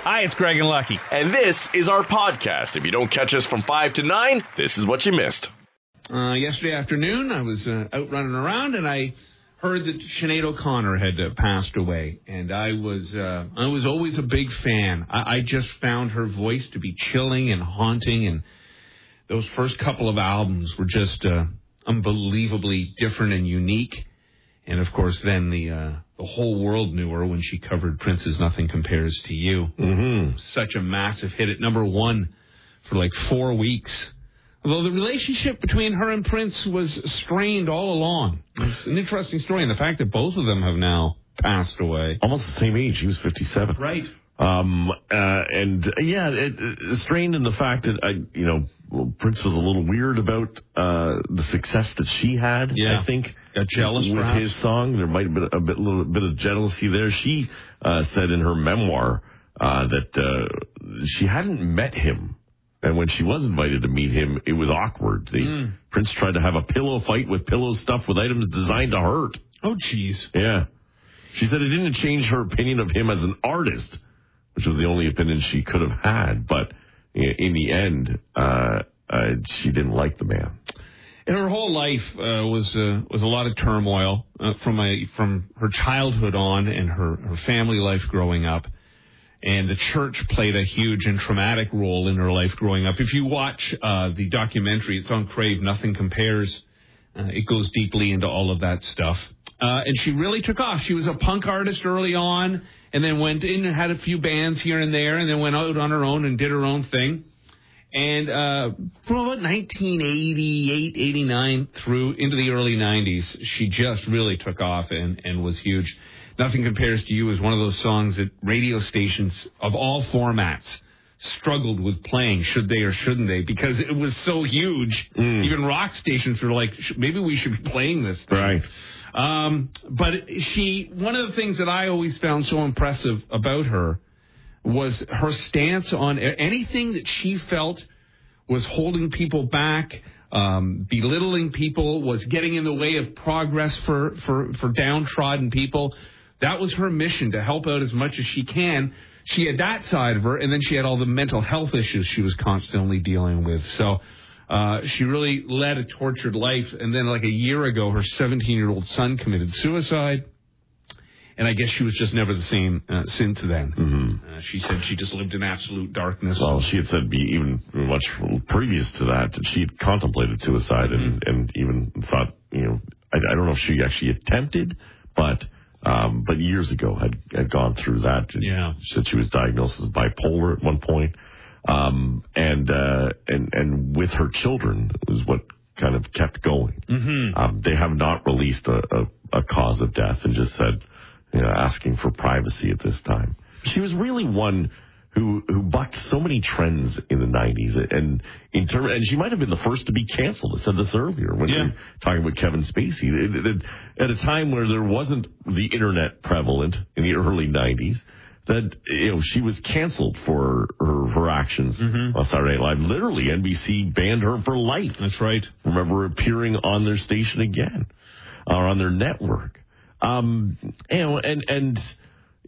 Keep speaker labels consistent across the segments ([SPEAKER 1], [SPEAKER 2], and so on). [SPEAKER 1] Hi, it's Greg and Lucky.
[SPEAKER 2] And this is our podcast. If you don't catch us from 5 to 9, this is what you missed.
[SPEAKER 3] Uh, yesterday afternoon, I was uh, out running around and I heard that Sinead O'Connor had uh, passed away, and I was uh, I was always a big fan. I, I just found her voice to be chilling and haunting, and those first couple of albums were just uh, unbelievably different and unique. And of course, then the uh, the whole world knew her when she covered Prince's "Nothing Compares to You." Mm-hmm. Such a massive hit at number one for like four weeks. Although the relationship between her and Prince was strained all along. It's an interesting story, and the fact that both of them have now passed away.
[SPEAKER 4] almost the same age. He was 57.
[SPEAKER 3] Right.
[SPEAKER 4] Um, uh, and uh, yeah, it, it strained in the fact that I, you know, well, Prince was a little weird about uh, the success that she had.
[SPEAKER 3] Yeah.
[SPEAKER 4] I think
[SPEAKER 3] Got jealous,
[SPEAKER 4] with
[SPEAKER 3] perhaps.
[SPEAKER 4] his song. There might have been a bit, little bit of jealousy there. She uh, said in her memoir uh, that uh, she hadn't met him. And when she was invited to meet him, it was awkward. The
[SPEAKER 3] Hmm.
[SPEAKER 4] prince tried to have a pillow fight with pillow stuff with items designed to hurt.
[SPEAKER 3] Oh, jeez.
[SPEAKER 4] Yeah. She said it didn't change her opinion of him as an artist, which was the only opinion she could have had. But i- in the end, uh, uh, she didn't like the man.
[SPEAKER 3] And her whole life uh, was uh, was a lot of turmoil uh, from a from her childhood on, and her her family life growing up. And the church played a huge and traumatic role in her life growing up. If you watch uh, the documentary, it's on Crave. Nothing compares. Uh, it goes deeply into all of that stuff. Uh, and she really took off. She was a punk artist early on, and then went in and had a few bands here and there, and then went out on her own and did her own thing. And uh, from about 1988, 89 through into the early 90s, she just really took off and, and was huge. Nothing Compares to You is one of those songs that radio stations of all formats struggled with playing, should they or shouldn't they, because it was so huge. Even rock stations were like, "Sh- maybe we should be playing this thing.
[SPEAKER 4] Right.
[SPEAKER 3] Um, but she, one of the things that I always found so impressive about her was her stance on a- anything that she felt was holding people back, um, belittling people, was getting in the way of progress for, for, for downtrodden people. That was her mission to help out as much as she can. She had that side of her, and then she had all the mental health issues she was constantly dealing with. So uh, she really led a tortured life. And then, like a year ago, her 17 year old son committed suicide. And I guess she was just never the same uh, since then. Uh, she said she just lived in absolute darkness.
[SPEAKER 4] Well, she had said be even much previous to that that she had contemplated suicide and, and even thought, you know, I, I don't know if she actually attempted, but um, but years ago had, had gone through that.
[SPEAKER 3] Yeah.
[SPEAKER 4] She said she was diagnosed as bipolar at one point, um, and uh, and and with her children was what kind of kept going. Mm-hmm. Um, they have not released a, a, a cause of death and just said, you know, asking for privacy at this time. She was really one who who bucked so many trends in the 90s, and in term, and she might have been the first to be canceled. I said this earlier when
[SPEAKER 3] Yeah.
[SPEAKER 4] we were talking about Kevin Spacey. It- it- At a time where there wasn't the internet prevalent in the early 90s, that you know she was canceled for her, her actions on Saturday Night Live. Literally, NBC banned her for life
[SPEAKER 3] That's right.
[SPEAKER 4] remember appearing on their station again or on their network. Um, you know, and and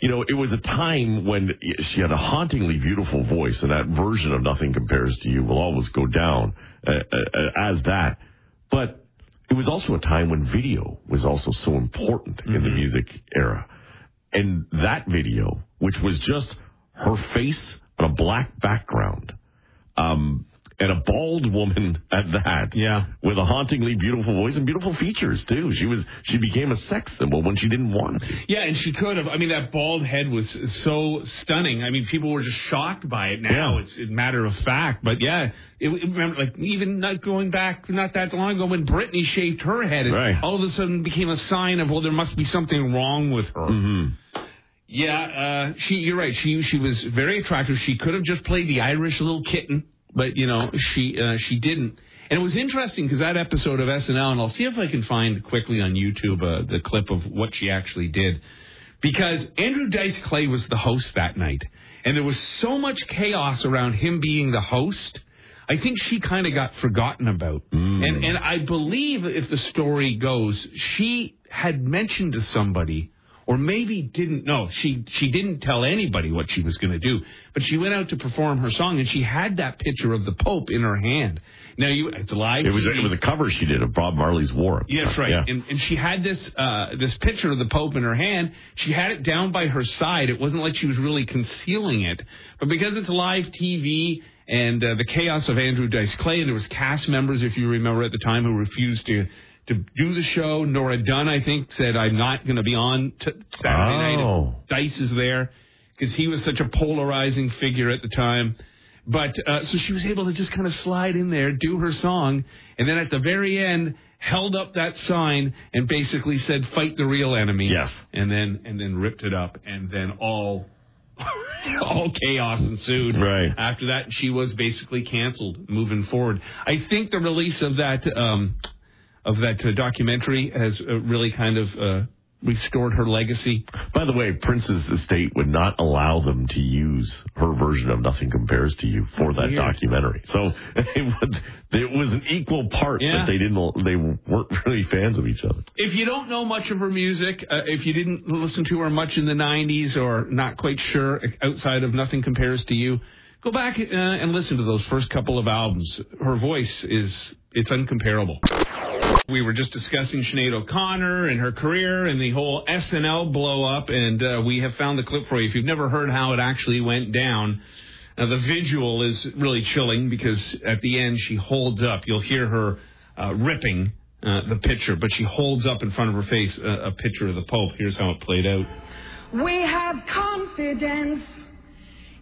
[SPEAKER 4] you know, it was a time when she had a hauntingly beautiful voice, and that version of "Nothing Compares to You" will always go down uh, uh, as that. But it was also a time when video was also so important in the music era, and that video, which was just her face on a black background, um, and a bald woman at that.
[SPEAKER 3] Yeah.
[SPEAKER 4] With a hauntingly beautiful voice and beautiful features too. She was she became a sex symbol when she didn't want to. be.
[SPEAKER 3] Yeah, and she could have. I mean, that bald head was so stunning. I mean, people were just shocked by it. Now
[SPEAKER 4] Yeah.
[SPEAKER 3] it's a matter of fact. But yeah, it, it- remember, like even not going back not that long ago when Britney shaved her head, it
[SPEAKER 4] Right.
[SPEAKER 3] all of a sudden became a sign of well, there must be something wrong with her. Yeah, uh, she. You're right. She she was very attractive. She could have just played the Irish little kitten, but you know she uh, she didn't. And it was interesting because that episode of SNL, and I'll see if I can find quickly on YouTube uh, the clip of what she actually did, because Andrew Dice Clay was the host that night, and there was so much chaos around him being the host. I think she kind of got forgotten about.
[SPEAKER 4] Mm.
[SPEAKER 3] And and I believe if the story goes, she had mentioned to somebody or maybe didn't know. She she didn't tell anybody what she was going to do, but she went out to perform her song and she had that picture of the Pope in her hand. Now you, it's live.
[SPEAKER 4] It was
[SPEAKER 3] TV.
[SPEAKER 4] it was a cover she did of Bob Marley's War.
[SPEAKER 3] Yes, right.
[SPEAKER 4] Yeah.
[SPEAKER 3] And, and she had this uh, this picture of the Pope in her hand. She had it down by her side. It wasn't like she was really concealing it, but because it's live TV and uh, the chaos of Andrew Dice Clay, and there was cast members, if you remember at the time, who refused to to do the show. Nora Dunn, I think, said, "I'm not going to be on t- Saturday night."
[SPEAKER 4] Oh.
[SPEAKER 3] if Dice is there because he was such a polarizing figure at the time. But uh, so she was able to just kind of slide in there, do her song, and then at the very end held up that sign and basically said, "Fight the real enemy."
[SPEAKER 4] Yes.
[SPEAKER 3] and then and then ripped it up, and then all all chaos ensued.
[SPEAKER 4] Right.
[SPEAKER 3] after that, she was basically canceled moving forward. I think the release of that um, of that uh, documentary has uh, really kind of uh, restored her legacy.
[SPEAKER 4] By the way, Prince's estate would not allow them to use her version of Nothing Compares to You for that
[SPEAKER 3] Weird.
[SPEAKER 4] documentary. So it was, it was an equal part
[SPEAKER 3] Yeah.
[SPEAKER 4] that they didn't they weren't really fans of each other.
[SPEAKER 3] if you don't know much of her music, uh, if you didn't listen to her much in the 90s or not quite sure outside of Nothing Compares to You, go back uh, and listen to those first couple of albums. Her voice is it's uncomparable. We were just discussing Sinead O'Connor and her career and the whole SNL blow up, and uh, we have found the clip for you. If you've never heard how it actually went down, now the visual is really chilling because at the end she holds up. You'll hear her uh, ripping uh, the picture, but she holds up in front of her face a, a picture of the Pope. Here's how it played out.
[SPEAKER 1] We have confidence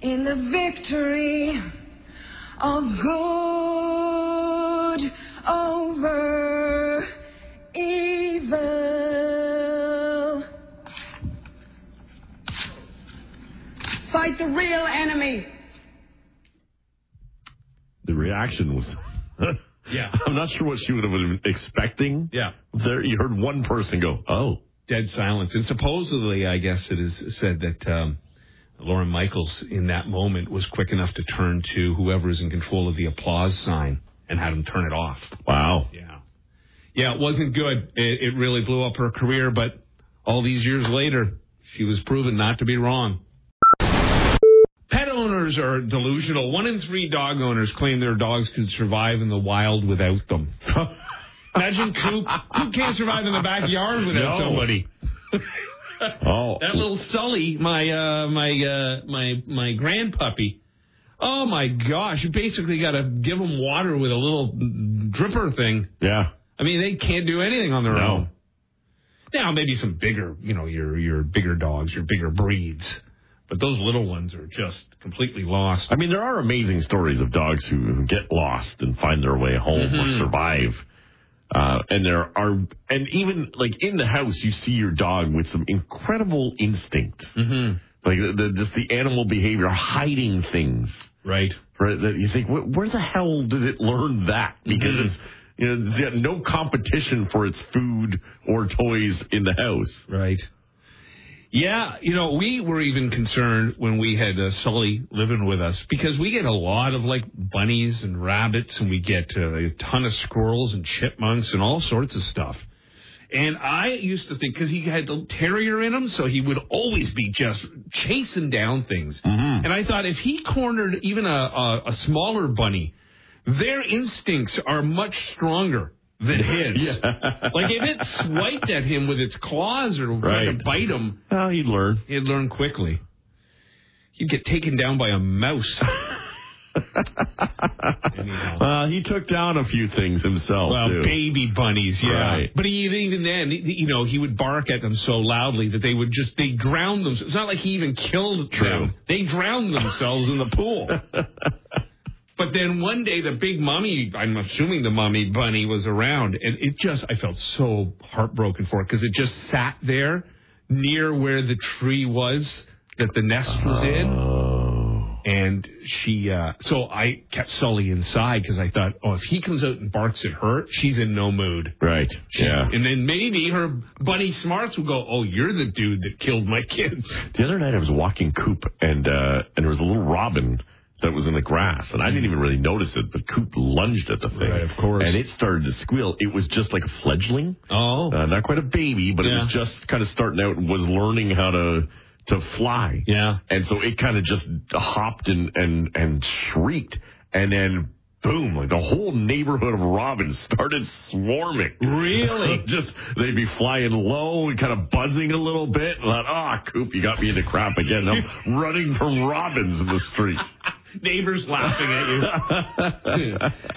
[SPEAKER 1] in the victory of good over evil. Fight the real enemy.
[SPEAKER 4] The reaction was.
[SPEAKER 3] Yeah.
[SPEAKER 4] I'm not sure what she would have been expecting.
[SPEAKER 3] Yeah.
[SPEAKER 4] There, you heard one person go, "Oh,
[SPEAKER 3] dead silence. And supposedly, I guess it is said that um, Lauren Michaels, in that moment, was quick enough to turn to whoever is in control of the applause sign and had him turn it off.
[SPEAKER 4] wow."
[SPEAKER 3] Yeah, yeah, it wasn't good. It, it really blew up her career. But all these years later, she was proven not to be wrong. Pet owners are delusional. One in three dog owners claim their dogs could survive in the wild without them. Imagine Coop. Coop can't survive in the backyard without
[SPEAKER 4] No.
[SPEAKER 3] somebody.
[SPEAKER 4] Oh,
[SPEAKER 3] That little Sully, my uh, my uh, my my grandpuppy. Oh my gosh! You basically got to give them water with a little dripper thing.
[SPEAKER 4] yeah.
[SPEAKER 3] I mean, they can't do anything on their
[SPEAKER 4] No.
[SPEAKER 3] own. Now maybe some bigger, you know, your your bigger dogs, your bigger breeds, but those little ones are just completely lost.
[SPEAKER 4] I mean, there are amazing stories of dogs who, who get lost and find their way home or survive. Uh, and there are, and even like in the house, you see your dog with some incredible instinct, mm-hmm. like the, the, just the animal behavior, hiding things.
[SPEAKER 3] Right.
[SPEAKER 4] Right? That you think, "Wh- where the hell did it learn that? Because
[SPEAKER 3] Mhm.
[SPEAKER 4] it's you know, it's got no competition for its food or toys in the house.
[SPEAKER 3] Right. Yeah, you know, we were even concerned when we had uh, Sully living with us because we get a lot of like bunnies and rabbits and we get uh, a ton of squirrels and chipmunks and all sorts of stuff. And I used to think because he had the terrier in him, so he would always be just chasing down things. And I thought if he cornered even a, a, a smaller bunny, their instincts are much stronger than his. Like if it swiped at him with its claws or tried to
[SPEAKER 4] Right.
[SPEAKER 3] bite him,
[SPEAKER 4] Oh, he'd learn.
[SPEAKER 3] he'd learn quickly. He'd get taken down by a mouse. Anyhow.
[SPEAKER 4] Uh, he took down a few things himself.
[SPEAKER 3] Well,
[SPEAKER 4] too.
[SPEAKER 3] baby bunnies, yeah.
[SPEAKER 4] Right.
[SPEAKER 3] But even even then, you know, he would bark at them so loudly that they would just they drowned themselves. It's not like he even killed
[SPEAKER 4] True.
[SPEAKER 3] them; they drowned themselves in the pool. But then one day, the big mummy, I'm assuming the mummy bunny was around, and it just, I felt so heartbroken for it because it just sat there near where the tree was that the nest was in and she uh so i kept sully inside because i thought oh if he comes out and barks at her she's in no mood
[SPEAKER 4] Right.
[SPEAKER 3] She's-
[SPEAKER 4] yeah.
[SPEAKER 3] and then maybe her bunny smarts will go oh you're the dude that killed my kids
[SPEAKER 4] The other night I was walking Coop and uh, and there was a little robin that was in the grass, and I didn't even really notice it. But Coop lunged at the thing,
[SPEAKER 3] Right, of course.
[SPEAKER 4] and it started to squeal. It was just like a fledgling,
[SPEAKER 3] Oh.
[SPEAKER 4] uh, not quite a baby, but it was
[SPEAKER 3] Yeah.
[SPEAKER 4] just kind of starting out and was learning how to to fly.
[SPEAKER 3] Yeah.
[SPEAKER 4] and so it kind of just hopped and and and shrieked, and then. Boom! Like the whole neighborhood of robins started swarming.
[SPEAKER 3] Really?
[SPEAKER 4] just they'd be flying low and kind of buzzing a little bit. And thought, ah, Coop, you got me into crap again. I'm running from robins in the street.
[SPEAKER 3] Neighbors laughing at you.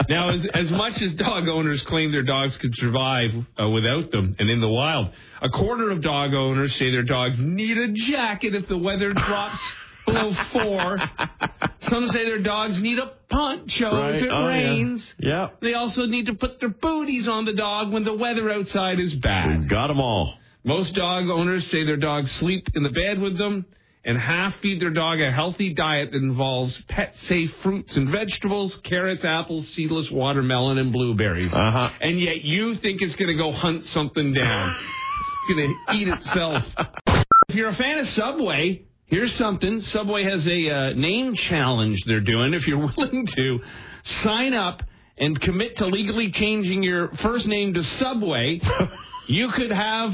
[SPEAKER 3] now, as, as much as dog owners claim their dogs could survive uh, without them and in the wild, a quarter of dog owners say their dogs need a jacket if the weather drops below four. Some say their dogs need a poncho if it rains.
[SPEAKER 4] Oh, Yeah.
[SPEAKER 3] They also need to put their booties on the dog when the weather outside is bad.
[SPEAKER 4] We've got them all.
[SPEAKER 3] Most dog owners say their dogs sleep in the bed with them and half feed their dog a healthy diet that involves pet safe fruits and vegetables, carrots, apples, seedless watermelon, and blueberries.
[SPEAKER 4] Uh-huh.
[SPEAKER 3] And yet you think it's going to go hunt something down. it's going to eat itself. if you're a fan of Subway, here's something. Subway has a uh, name challenge they're doing. If you're willing to sign up and commit to legally changing your first name to Subway, you could have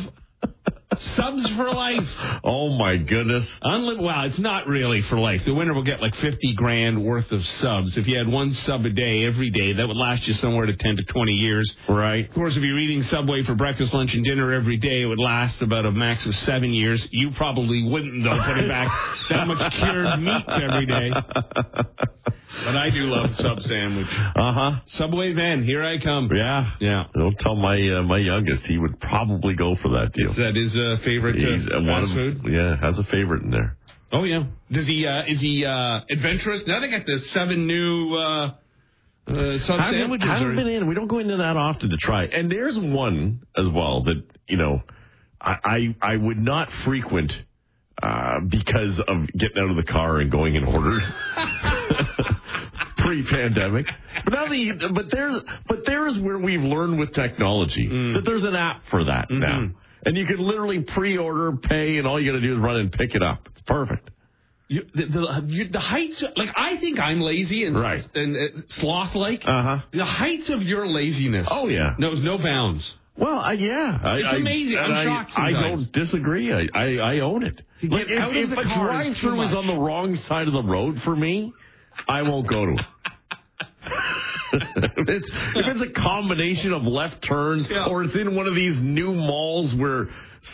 [SPEAKER 3] subs for life.
[SPEAKER 4] Oh my goodness.
[SPEAKER 3] Unlim- well, it's not really for life. The winner will get like 50 grand worth of subs. If you had one sub a day every day, that would last you somewhere to 10 to 20 years.
[SPEAKER 4] Right.
[SPEAKER 3] Of course, if you're eating Subway for breakfast, lunch, and dinner every day, it would last about a max of seven years. You probably wouldn't, though, putting back that much cured meat every day. But I do love sub sandwich.
[SPEAKER 4] Uh huh.
[SPEAKER 3] Subway van, here I come.
[SPEAKER 4] Yeah.
[SPEAKER 3] Yeah.
[SPEAKER 4] Don't tell my uh, my youngest. He would probably go for that deal.
[SPEAKER 3] That is a favorite
[SPEAKER 4] He's
[SPEAKER 3] uh,
[SPEAKER 4] uh, one
[SPEAKER 3] fast
[SPEAKER 4] of-
[SPEAKER 3] food.
[SPEAKER 4] Yeah, has a favorite in there.
[SPEAKER 3] Oh yeah. Does he? Uh, is he uh, adventurous? Now they got the seven new uh, uh, sub
[SPEAKER 4] I haven't,
[SPEAKER 3] sandwiches.
[SPEAKER 4] I haven't
[SPEAKER 3] or-
[SPEAKER 4] been in. We don't go into that often to try. And there's one as well that you know, I I, I would not frequent uh, because of getting out of the car and going in order. Pre-pandemic, but now the but there's but there's where we've learned with technology that there's an app for that now, and you can literally pre-order, pay, and all you got to do is run and pick it up. It's perfect.
[SPEAKER 3] You, the, the, you, the heights, like I think I'm lazy and
[SPEAKER 4] Right.
[SPEAKER 3] and uh, sloth like.
[SPEAKER 4] Uh-huh.
[SPEAKER 3] The heights of your laziness.
[SPEAKER 4] Oh, yeah.
[SPEAKER 3] knows no bounds.
[SPEAKER 4] Well, I, yeah,
[SPEAKER 3] It's
[SPEAKER 4] I,
[SPEAKER 3] amazing.
[SPEAKER 4] I,
[SPEAKER 3] I'm
[SPEAKER 4] and I,
[SPEAKER 3] shocked
[SPEAKER 4] I
[SPEAKER 3] sometimes.
[SPEAKER 4] don't disagree. I, I, I own it.
[SPEAKER 3] get
[SPEAKER 4] Like,
[SPEAKER 3] out of
[SPEAKER 4] if if
[SPEAKER 3] the car
[SPEAKER 4] a
[SPEAKER 3] is too
[SPEAKER 4] drive-through is
[SPEAKER 3] much.
[SPEAKER 4] on the wrong side of the road for me, I won't go to it. if, it's, if it's a combination of left turns,
[SPEAKER 3] Yeah.
[SPEAKER 4] or it's in one of these new malls where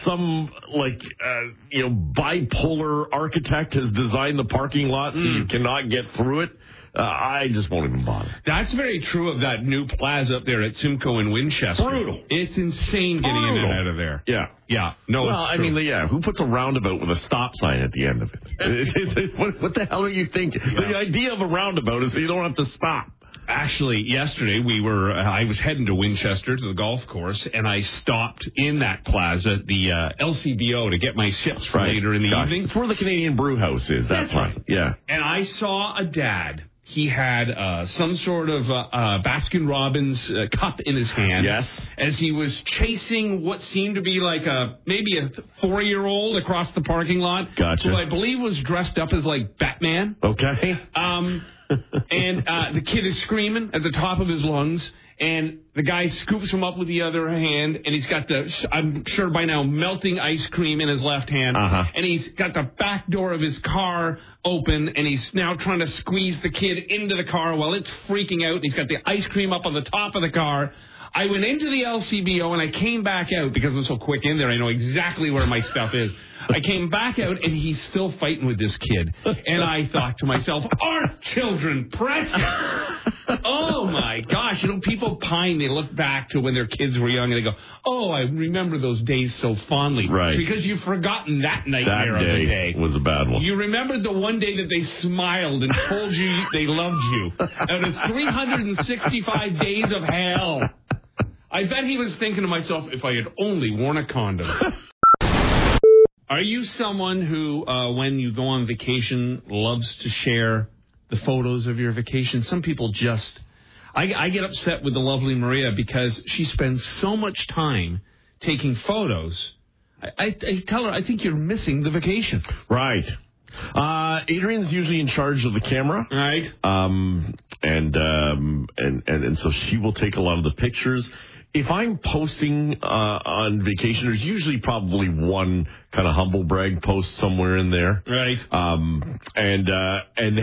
[SPEAKER 4] some like uh, you know bipolar architect has designed the parking lot so
[SPEAKER 3] Mm.
[SPEAKER 4] you cannot get through it, uh, I just won't even bother.
[SPEAKER 3] That's very true of that new plaza up there at Simcoe and Winchester.
[SPEAKER 4] Brutal.
[SPEAKER 3] It's insane getting in
[SPEAKER 4] Brutal.
[SPEAKER 3] and out of there.
[SPEAKER 4] Yeah.
[SPEAKER 3] Yeah. No.
[SPEAKER 4] Well,
[SPEAKER 3] it's
[SPEAKER 4] I
[SPEAKER 3] true.
[SPEAKER 4] mean, yeah, who puts a roundabout with a stop sign at the end of it? what, what the hell are you thinking? The idea of a roundabout is so you don't have to stop.
[SPEAKER 3] Actually, yesterday we were. uh, I was heading to Winchester to the golf course, and I stopped in that plaza, the uh, LCBO, to get my sips for later in the
[SPEAKER 4] Gosh,
[SPEAKER 3] evening.
[SPEAKER 4] It's where the Canadian Brew House is, that
[SPEAKER 3] That's
[SPEAKER 4] place. Yeah.
[SPEAKER 3] And I saw a dad. He had uh, some sort of uh, uh, Baskin Robbins uh, cup in his hand.
[SPEAKER 4] Yes.
[SPEAKER 3] As he was chasing what seemed to be like a maybe a four year old across the parking lot.
[SPEAKER 4] Gotcha.
[SPEAKER 3] Who I believe was dressed up as like Batman.
[SPEAKER 4] Okay.
[SPEAKER 3] Um, and uh, the kid is screaming at the top of his lungs, and the guy scoops him up with the other hand, and he's got the, I'm sure by now, melting ice cream in his left hand,
[SPEAKER 4] Uh-huh.
[SPEAKER 3] and he's got the back door of his car open, and he's now trying to squeeze the kid into the car while it's freaking out, and he's got the ice cream up on the top of the car. I went into the LCBO and I came back out because I'm so quick in there. I know exactly where my stuff is. I came back out and he's still fighting with this kid. And I thought to myself, aren't children precious? Oh my gosh. You know, people pine. They look back to when their kids were young and they go, oh, I remember those days so fondly.
[SPEAKER 4] Right.
[SPEAKER 3] Because you've forgotten that
[SPEAKER 4] That
[SPEAKER 3] nightmare of the
[SPEAKER 4] day
[SPEAKER 3] day.
[SPEAKER 4] was a bad one.
[SPEAKER 3] You remembered the one day that they smiled and told you they loved you. Out of 365 days of hell. I bet he was thinking to myself, if I had only worn a condom. Are you someone who, uh, when you go on vacation, loves to share the photos of your vacation? Some people just. I, I get upset with the lovely Maria because she spends so much time taking photos. I, I, I tell her, I think you're missing the vacation.
[SPEAKER 4] right. Uh, Adrian's usually in charge of the camera.
[SPEAKER 3] All right.
[SPEAKER 4] um, and, um, and and and so she will take a lot of the pictures. If I'm posting uh, on vacation, there's usually probably one kind of humble brag post somewhere in there,
[SPEAKER 3] Right.
[SPEAKER 4] Um, and uh, and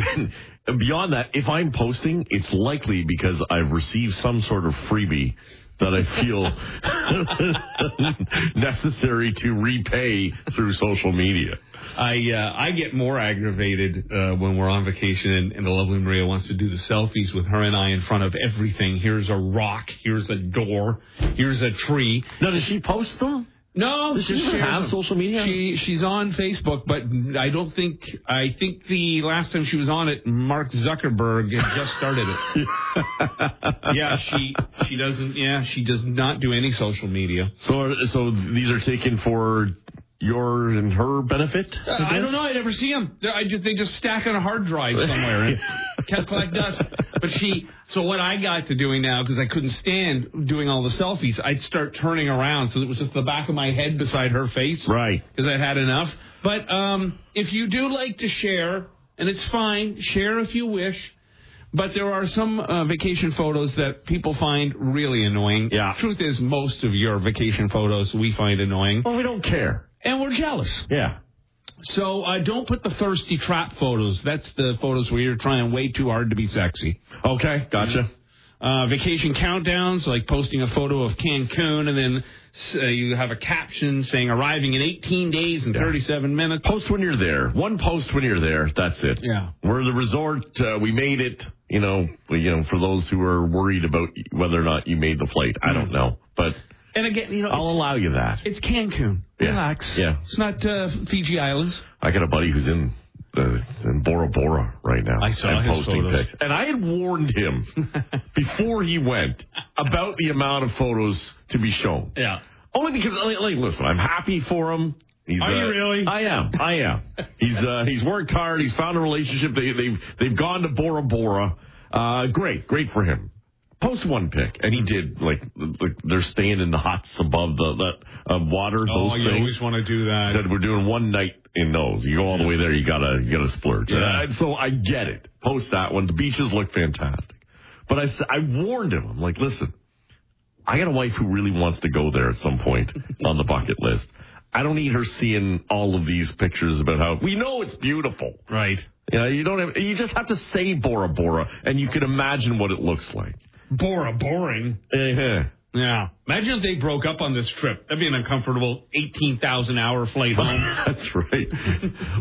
[SPEAKER 4] then beyond that, if I'm posting, it's likely because I've received some sort of freebie that I feel necessary to repay through social media.
[SPEAKER 3] I uh, I get more aggravated uh, when we're on vacation and, and the lovely Maria wants to do the selfies with her and I in front of everything. Here's a rock. Here's a door. Here's a tree.
[SPEAKER 4] Now, does she post them?
[SPEAKER 3] No,
[SPEAKER 4] Does she even
[SPEAKER 3] shares
[SPEAKER 4] have
[SPEAKER 3] them.
[SPEAKER 4] social media?
[SPEAKER 3] She she's on Facebook, but I don't think I think the last time she was on it, Mark Zuckerberg had just started it. yeah, she she doesn't. Yeah, she does not do any social media.
[SPEAKER 4] So, so these are taken for your and her benefit.
[SPEAKER 3] Uh, I don't know. I never see them. They're, I just they just stack on a hard drive somewhere and kept like dust. But she. So what I got to doing now because I couldn't stand doing all the selfies, I'd start turning around so it was just the back of my head beside her face.
[SPEAKER 4] Right.
[SPEAKER 3] Because I'd had enough. But um, if you do like to share, and it's fine, share if you wish. But there are some uh, vacation photos that people find really annoying.
[SPEAKER 4] Yeah.
[SPEAKER 3] Truth is, most of your vacation photos we find annoying,
[SPEAKER 4] Well, we don't care.
[SPEAKER 3] and we're jealous.
[SPEAKER 4] Yeah.
[SPEAKER 3] So uh, don't put the thirsty trap photos. That's the photos where you're trying way too hard to be sexy.
[SPEAKER 4] Okay. Gotcha.
[SPEAKER 3] Uh, vacation countdowns, like posting a photo of Cancun and then uh, you have a caption saying arriving in 18 days and 37 minutes.
[SPEAKER 4] Post when you're there. One post when you're there. That's it.
[SPEAKER 3] Yeah.
[SPEAKER 4] We're the resort. Uh, we made it. You know. well, You know. For those who are worried about whether or not you made the flight, I
[SPEAKER 3] Mm.
[SPEAKER 4] don't know, but
[SPEAKER 3] And again, you know,
[SPEAKER 4] I'll
[SPEAKER 3] it's,
[SPEAKER 4] allow you that.
[SPEAKER 3] it's Cancun.
[SPEAKER 4] Yeah.
[SPEAKER 3] Relax.
[SPEAKER 4] Yeah.
[SPEAKER 3] It's not uh, Fiji Islands.
[SPEAKER 4] I got a buddy who's in. Uh, in Bora Bora right now.
[SPEAKER 3] I saw
[SPEAKER 4] and
[SPEAKER 3] his
[SPEAKER 4] posting
[SPEAKER 3] photos.
[SPEAKER 4] pics. And I had warned him before he went about the amount of photos to be shown.
[SPEAKER 3] Yeah.
[SPEAKER 4] Only because, like, like, listen, I'm happy for him. He's, uh,
[SPEAKER 3] Are you really?
[SPEAKER 4] I am. I am. He's uh, he's worked hard. He's found a relationship. They they they've gone to Bora Bora. Uh, great, great for him. Post one pic, and he did. Like, like they're staying in the huts above the, the uh, water.
[SPEAKER 3] Oh,
[SPEAKER 4] those
[SPEAKER 3] you
[SPEAKER 4] things.
[SPEAKER 3] always want to do that.
[SPEAKER 4] said we're doing one night in those. You go all the way there, you gotta you gotta splurge.
[SPEAKER 3] Yeah.
[SPEAKER 4] And so I get it. Post that one. The beaches look fantastic, but I s- I warned him. I'm like, listen, I got a wife who really wants to go there at some point on the bucket list. I don't need her seeing all of these pictures about how we know it's beautiful.
[SPEAKER 3] right.
[SPEAKER 4] You know, you don't have you just have to say Bora Bora, and you can imagine what it looks like.
[SPEAKER 3] Bora, boring.
[SPEAKER 4] Uh-huh.
[SPEAKER 3] Yeah. Imagine if they broke up on this trip. That'd be an uncomfortable 18,000 hour flight home.
[SPEAKER 4] That's right.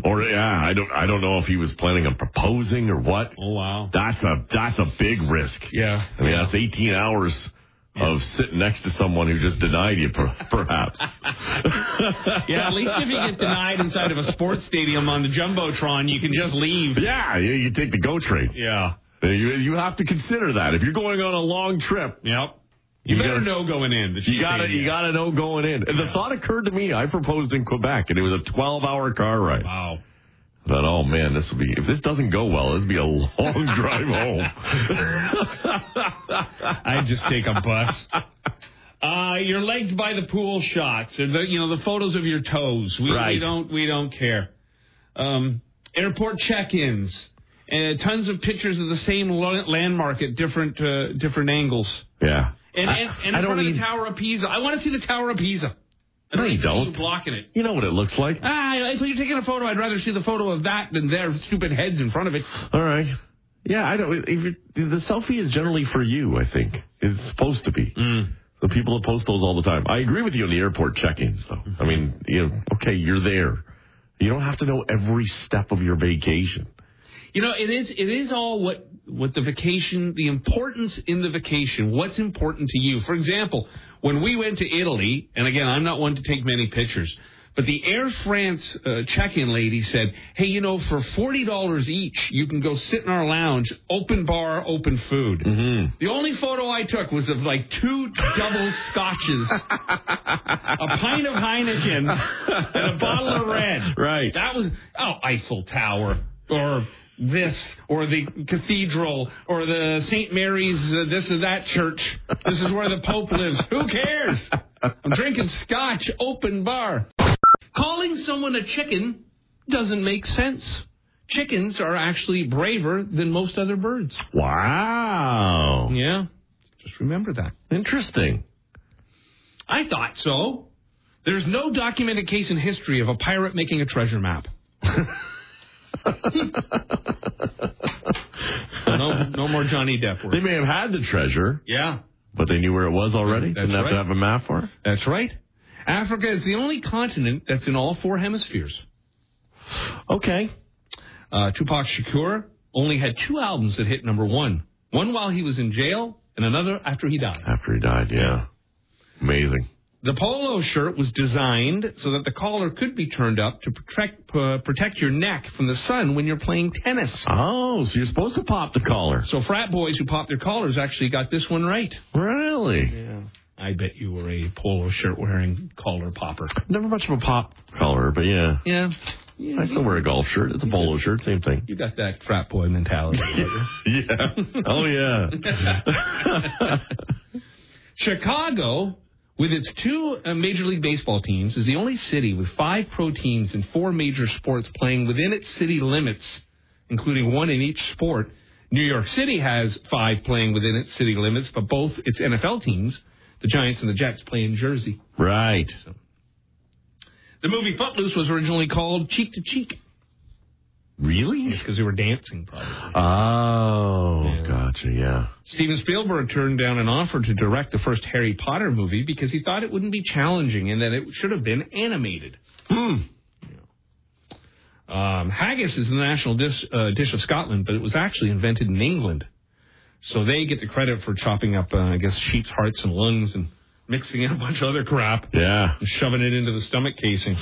[SPEAKER 4] or yeah, I don't I don't know if he was planning on proposing or what.
[SPEAKER 3] Oh wow.
[SPEAKER 4] That's a that's a big risk.
[SPEAKER 3] Yeah.
[SPEAKER 4] I mean, that's 18 hours of sitting next to someone who just denied you, per- perhaps.
[SPEAKER 3] Yeah, at least if you get denied inside of a sports stadium on the jumbotron, you can just leave.
[SPEAKER 4] yeah, you, you take the go train.
[SPEAKER 3] Yeah.
[SPEAKER 4] You, you have to consider that if you're going on a long trip.
[SPEAKER 3] Yep. You,
[SPEAKER 4] You
[SPEAKER 3] better
[SPEAKER 4] gotta-
[SPEAKER 3] know going in. That
[SPEAKER 4] You gotta, you gotta know going in. And the thought occurred to me. I proposed in Quebec, and it was a 12-hour car ride.
[SPEAKER 3] Wow.
[SPEAKER 4] I thought, oh man, this will be. If this doesn't go well, this will be a long drive home.
[SPEAKER 3] I just take a bus. Uh, you're legged by the pool shots, or the you know the photos of your toes. We, we
[SPEAKER 4] Right.
[SPEAKER 3] don't we don't care. Um, airport check-ins, and tons of pictures of the same lo- landmark at different uh, different angles.
[SPEAKER 4] Yeah.
[SPEAKER 3] And
[SPEAKER 4] I-
[SPEAKER 3] and, and
[SPEAKER 4] I
[SPEAKER 3] in
[SPEAKER 4] don't
[SPEAKER 3] front of
[SPEAKER 4] need-
[SPEAKER 3] the Tower of Pisa. I want to see the Tower of Pisa. I
[SPEAKER 4] No, you
[SPEAKER 3] see
[SPEAKER 4] don't.
[SPEAKER 3] blocking it.
[SPEAKER 4] You know what it looks like.
[SPEAKER 3] Ah, so you're taking a photo. I'd rather see the photo of that than their stupid heads in front of it.
[SPEAKER 4] All right. Yeah, I don't. If you the selfie is generally for you, I think it's supposed to be.
[SPEAKER 3] Mm.
[SPEAKER 4] The people that post those all the time. I agree with you on the airport check-ins, though.
[SPEAKER 3] Mm-hmm.
[SPEAKER 4] I mean, you know, okay, you're there. You don't have to know every step of your vacation.
[SPEAKER 3] You know, it is it is all what what the vacation, the importance in the vacation, what's important to you. For example, when we went to Italy, and again, I'm not one to take many pictures, but the Air France uh, check-in lady said, "Hey, you know, for forty dollars each, you can go sit in our lounge, open bar, open food." The only photo I took was of like two double scotches, a pint of Heineken, and a bottle of red.
[SPEAKER 4] Right.
[SPEAKER 3] That was oh Eiffel Tower or this or the cathedral or the St. Mary's uh, this or that church. This is where the Pope lives. Who cares? I'm drinking scotch, open bar. Calling someone a chicken doesn't make sense. Chickens are actually braver than most other birds.
[SPEAKER 4] Wow.
[SPEAKER 3] Yeah. Just remember that.
[SPEAKER 4] Interesting.
[SPEAKER 3] I thought so. There's no documented case in history of a pirate making a treasure map. no, no more Johnny Depp
[SPEAKER 4] They
[SPEAKER 3] work.
[SPEAKER 4] may have had the treasure,
[SPEAKER 3] Yeah,
[SPEAKER 4] but they knew where it was already.
[SPEAKER 3] That's
[SPEAKER 4] Didn't have to
[SPEAKER 3] right.
[SPEAKER 4] have a map for it.
[SPEAKER 3] that's right. Africa is the only continent that's in all four hemispheres.
[SPEAKER 4] Okay.
[SPEAKER 3] Uh, Tupac Shakur only had two albums that hit number one. One while he was in jail, and another after he died.
[SPEAKER 4] After he died, yeah. Amazing.
[SPEAKER 3] The polo shirt was designed so that the collar could be turned up to protect uh, protect your neck from the sun when you're playing tennis.
[SPEAKER 4] Oh, so you're supposed to pop the collar.
[SPEAKER 3] So frat boys who popped their collars actually got this one right.
[SPEAKER 4] Really?
[SPEAKER 3] I bet you were a polo shirt wearing collar popper.
[SPEAKER 4] Never much of a pop collar, but yeah.
[SPEAKER 3] Yeah,
[SPEAKER 4] I still wear a golf shirt. It's a polo shirt, same thing.
[SPEAKER 3] you got that frat boy mentality.
[SPEAKER 4] Yeah. oh yeah.
[SPEAKER 3] Chicago, with its two uh, Major League Baseball teams, is the only city with five pro teams and four major sports playing within its city limits, including one in each sport. New York City has five playing within its city limits, but both its NFL teams, the Giants and the Jets, play in Jersey.
[SPEAKER 4] Right.
[SPEAKER 3] The movie Footloose was originally called Cheek to Cheek
[SPEAKER 4] Really?
[SPEAKER 3] because they were dancing, probably.
[SPEAKER 4] Oh,
[SPEAKER 3] Yeah.
[SPEAKER 4] gotcha. Yeah.
[SPEAKER 3] Steven Spielberg turned down an offer to direct the first Harry Potter movie because he thought it wouldn't be challenging and that it should have been animated. Hmm. Um, haggis is the national dish, uh, dish of Scotland, but it was actually invented in England. So they get the credit for chopping up, uh, I guess, sheep's hearts and lungs and mixing in a bunch of other crap and
[SPEAKER 4] Yeah.
[SPEAKER 3] shoving it into the stomach casing.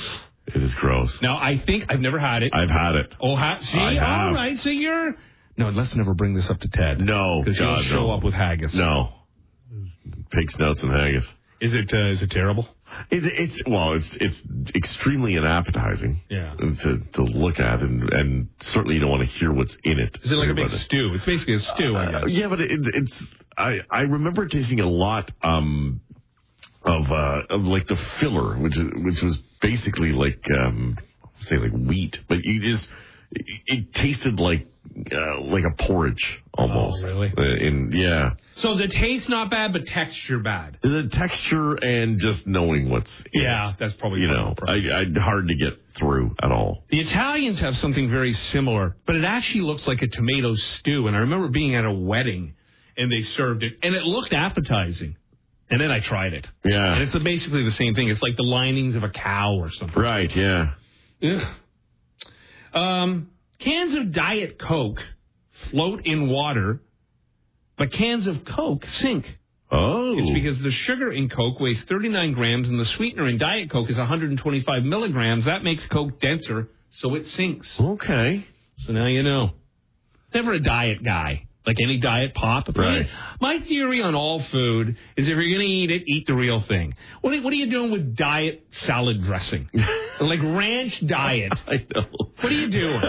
[SPEAKER 4] It is gross.
[SPEAKER 3] Now, I think I've never had it.
[SPEAKER 4] I've had it.
[SPEAKER 3] oh, ha- see?
[SPEAKER 4] I have.
[SPEAKER 3] All right, so you're. No, let's never bring this up to Ted.
[SPEAKER 4] No,
[SPEAKER 3] Because
[SPEAKER 4] God,
[SPEAKER 3] he'll show
[SPEAKER 4] no.
[SPEAKER 3] up with haggis.
[SPEAKER 4] No. Pig snouts and haggis.
[SPEAKER 3] Is it uh, is it terrible?
[SPEAKER 4] It, it's well, it's it's extremely unappetizing.
[SPEAKER 3] Yeah.
[SPEAKER 4] To to look at and and certainly you don't want to hear what's in it.
[SPEAKER 3] Is it like a big
[SPEAKER 4] But-
[SPEAKER 3] stew? It's basically a stew, I
[SPEAKER 4] Uh,
[SPEAKER 3] guess.
[SPEAKER 4] yeah, but it, it's I I remember tasting a lot um of uh of like the filler, which is- which was basically like um say like wheat, but you just it, it tasted like uh, like a porridge almost.
[SPEAKER 3] Oh, really?
[SPEAKER 4] Uh, in yeah,
[SPEAKER 3] So the taste not bad, but texture bad.
[SPEAKER 4] the texture and just knowing what's in it,
[SPEAKER 3] that's probably
[SPEAKER 4] You know, I, I hard to get through at all.
[SPEAKER 3] the Italians have something very similar, but it actually looks like a tomato stew. And I remember being at a wedding, and they served it, and it looked appetizing. And then I tried it.
[SPEAKER 4] Yeah.
[SPEAKER 3] And it's basically the same thing. It's like the linings of a cow or something.
[SPEAKER 4] Right? Yeah.
[SPEAKER 3] Ugh. Um, cans of Diet Coke float in water, but cans of Coke sink.
[SPEAKER 4] Oh.
[SPEAKER 3] It's because the sugar in Coke weighs 39 grams and the sweetener in Diet Coke is 125 milligrams. That makes Coke denser, so it sinks.
[SPEAKER 4] okay.
[SPEAKER 3] So now you know. Never a diet guy. Like any diet pop.
[SPEAKER 4] Right.
[SPEAKER 3] My theory on all food is if you're going to eat it, eat the real thing. What are, what are you doing with diet salad dressing? like ranch diet.
[SPEAKER 4] I know.
[SPEAKER 3] What are you doing?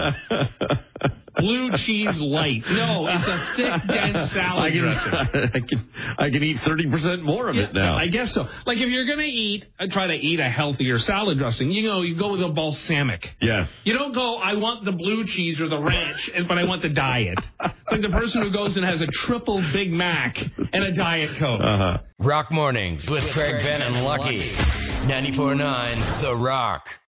[SPEAKER 3] Blue cheese light. No, it's a thick, dense salad
[SPEAKER 4] I can,
[SPEAKER 3] dressing.
[SPEAKER 4] I can I can eat thirty percent more of it now.
[SPEAKER 3] I guess so. Like if you're gonna eat, uh, try to eat a healthier salad dressing. You know, you go with a balsamic.
[SPEAKER 4] yes.
[SPEAKER 3] You don't go. I want the blue cheese or the ranch, and- but I want the diet. It's like the person who goes and has a triple Big Mac and a diet coke.
[SPEAKER 5] Rock Mornings with Craig Ben and Lucky. 94.9 The Rock.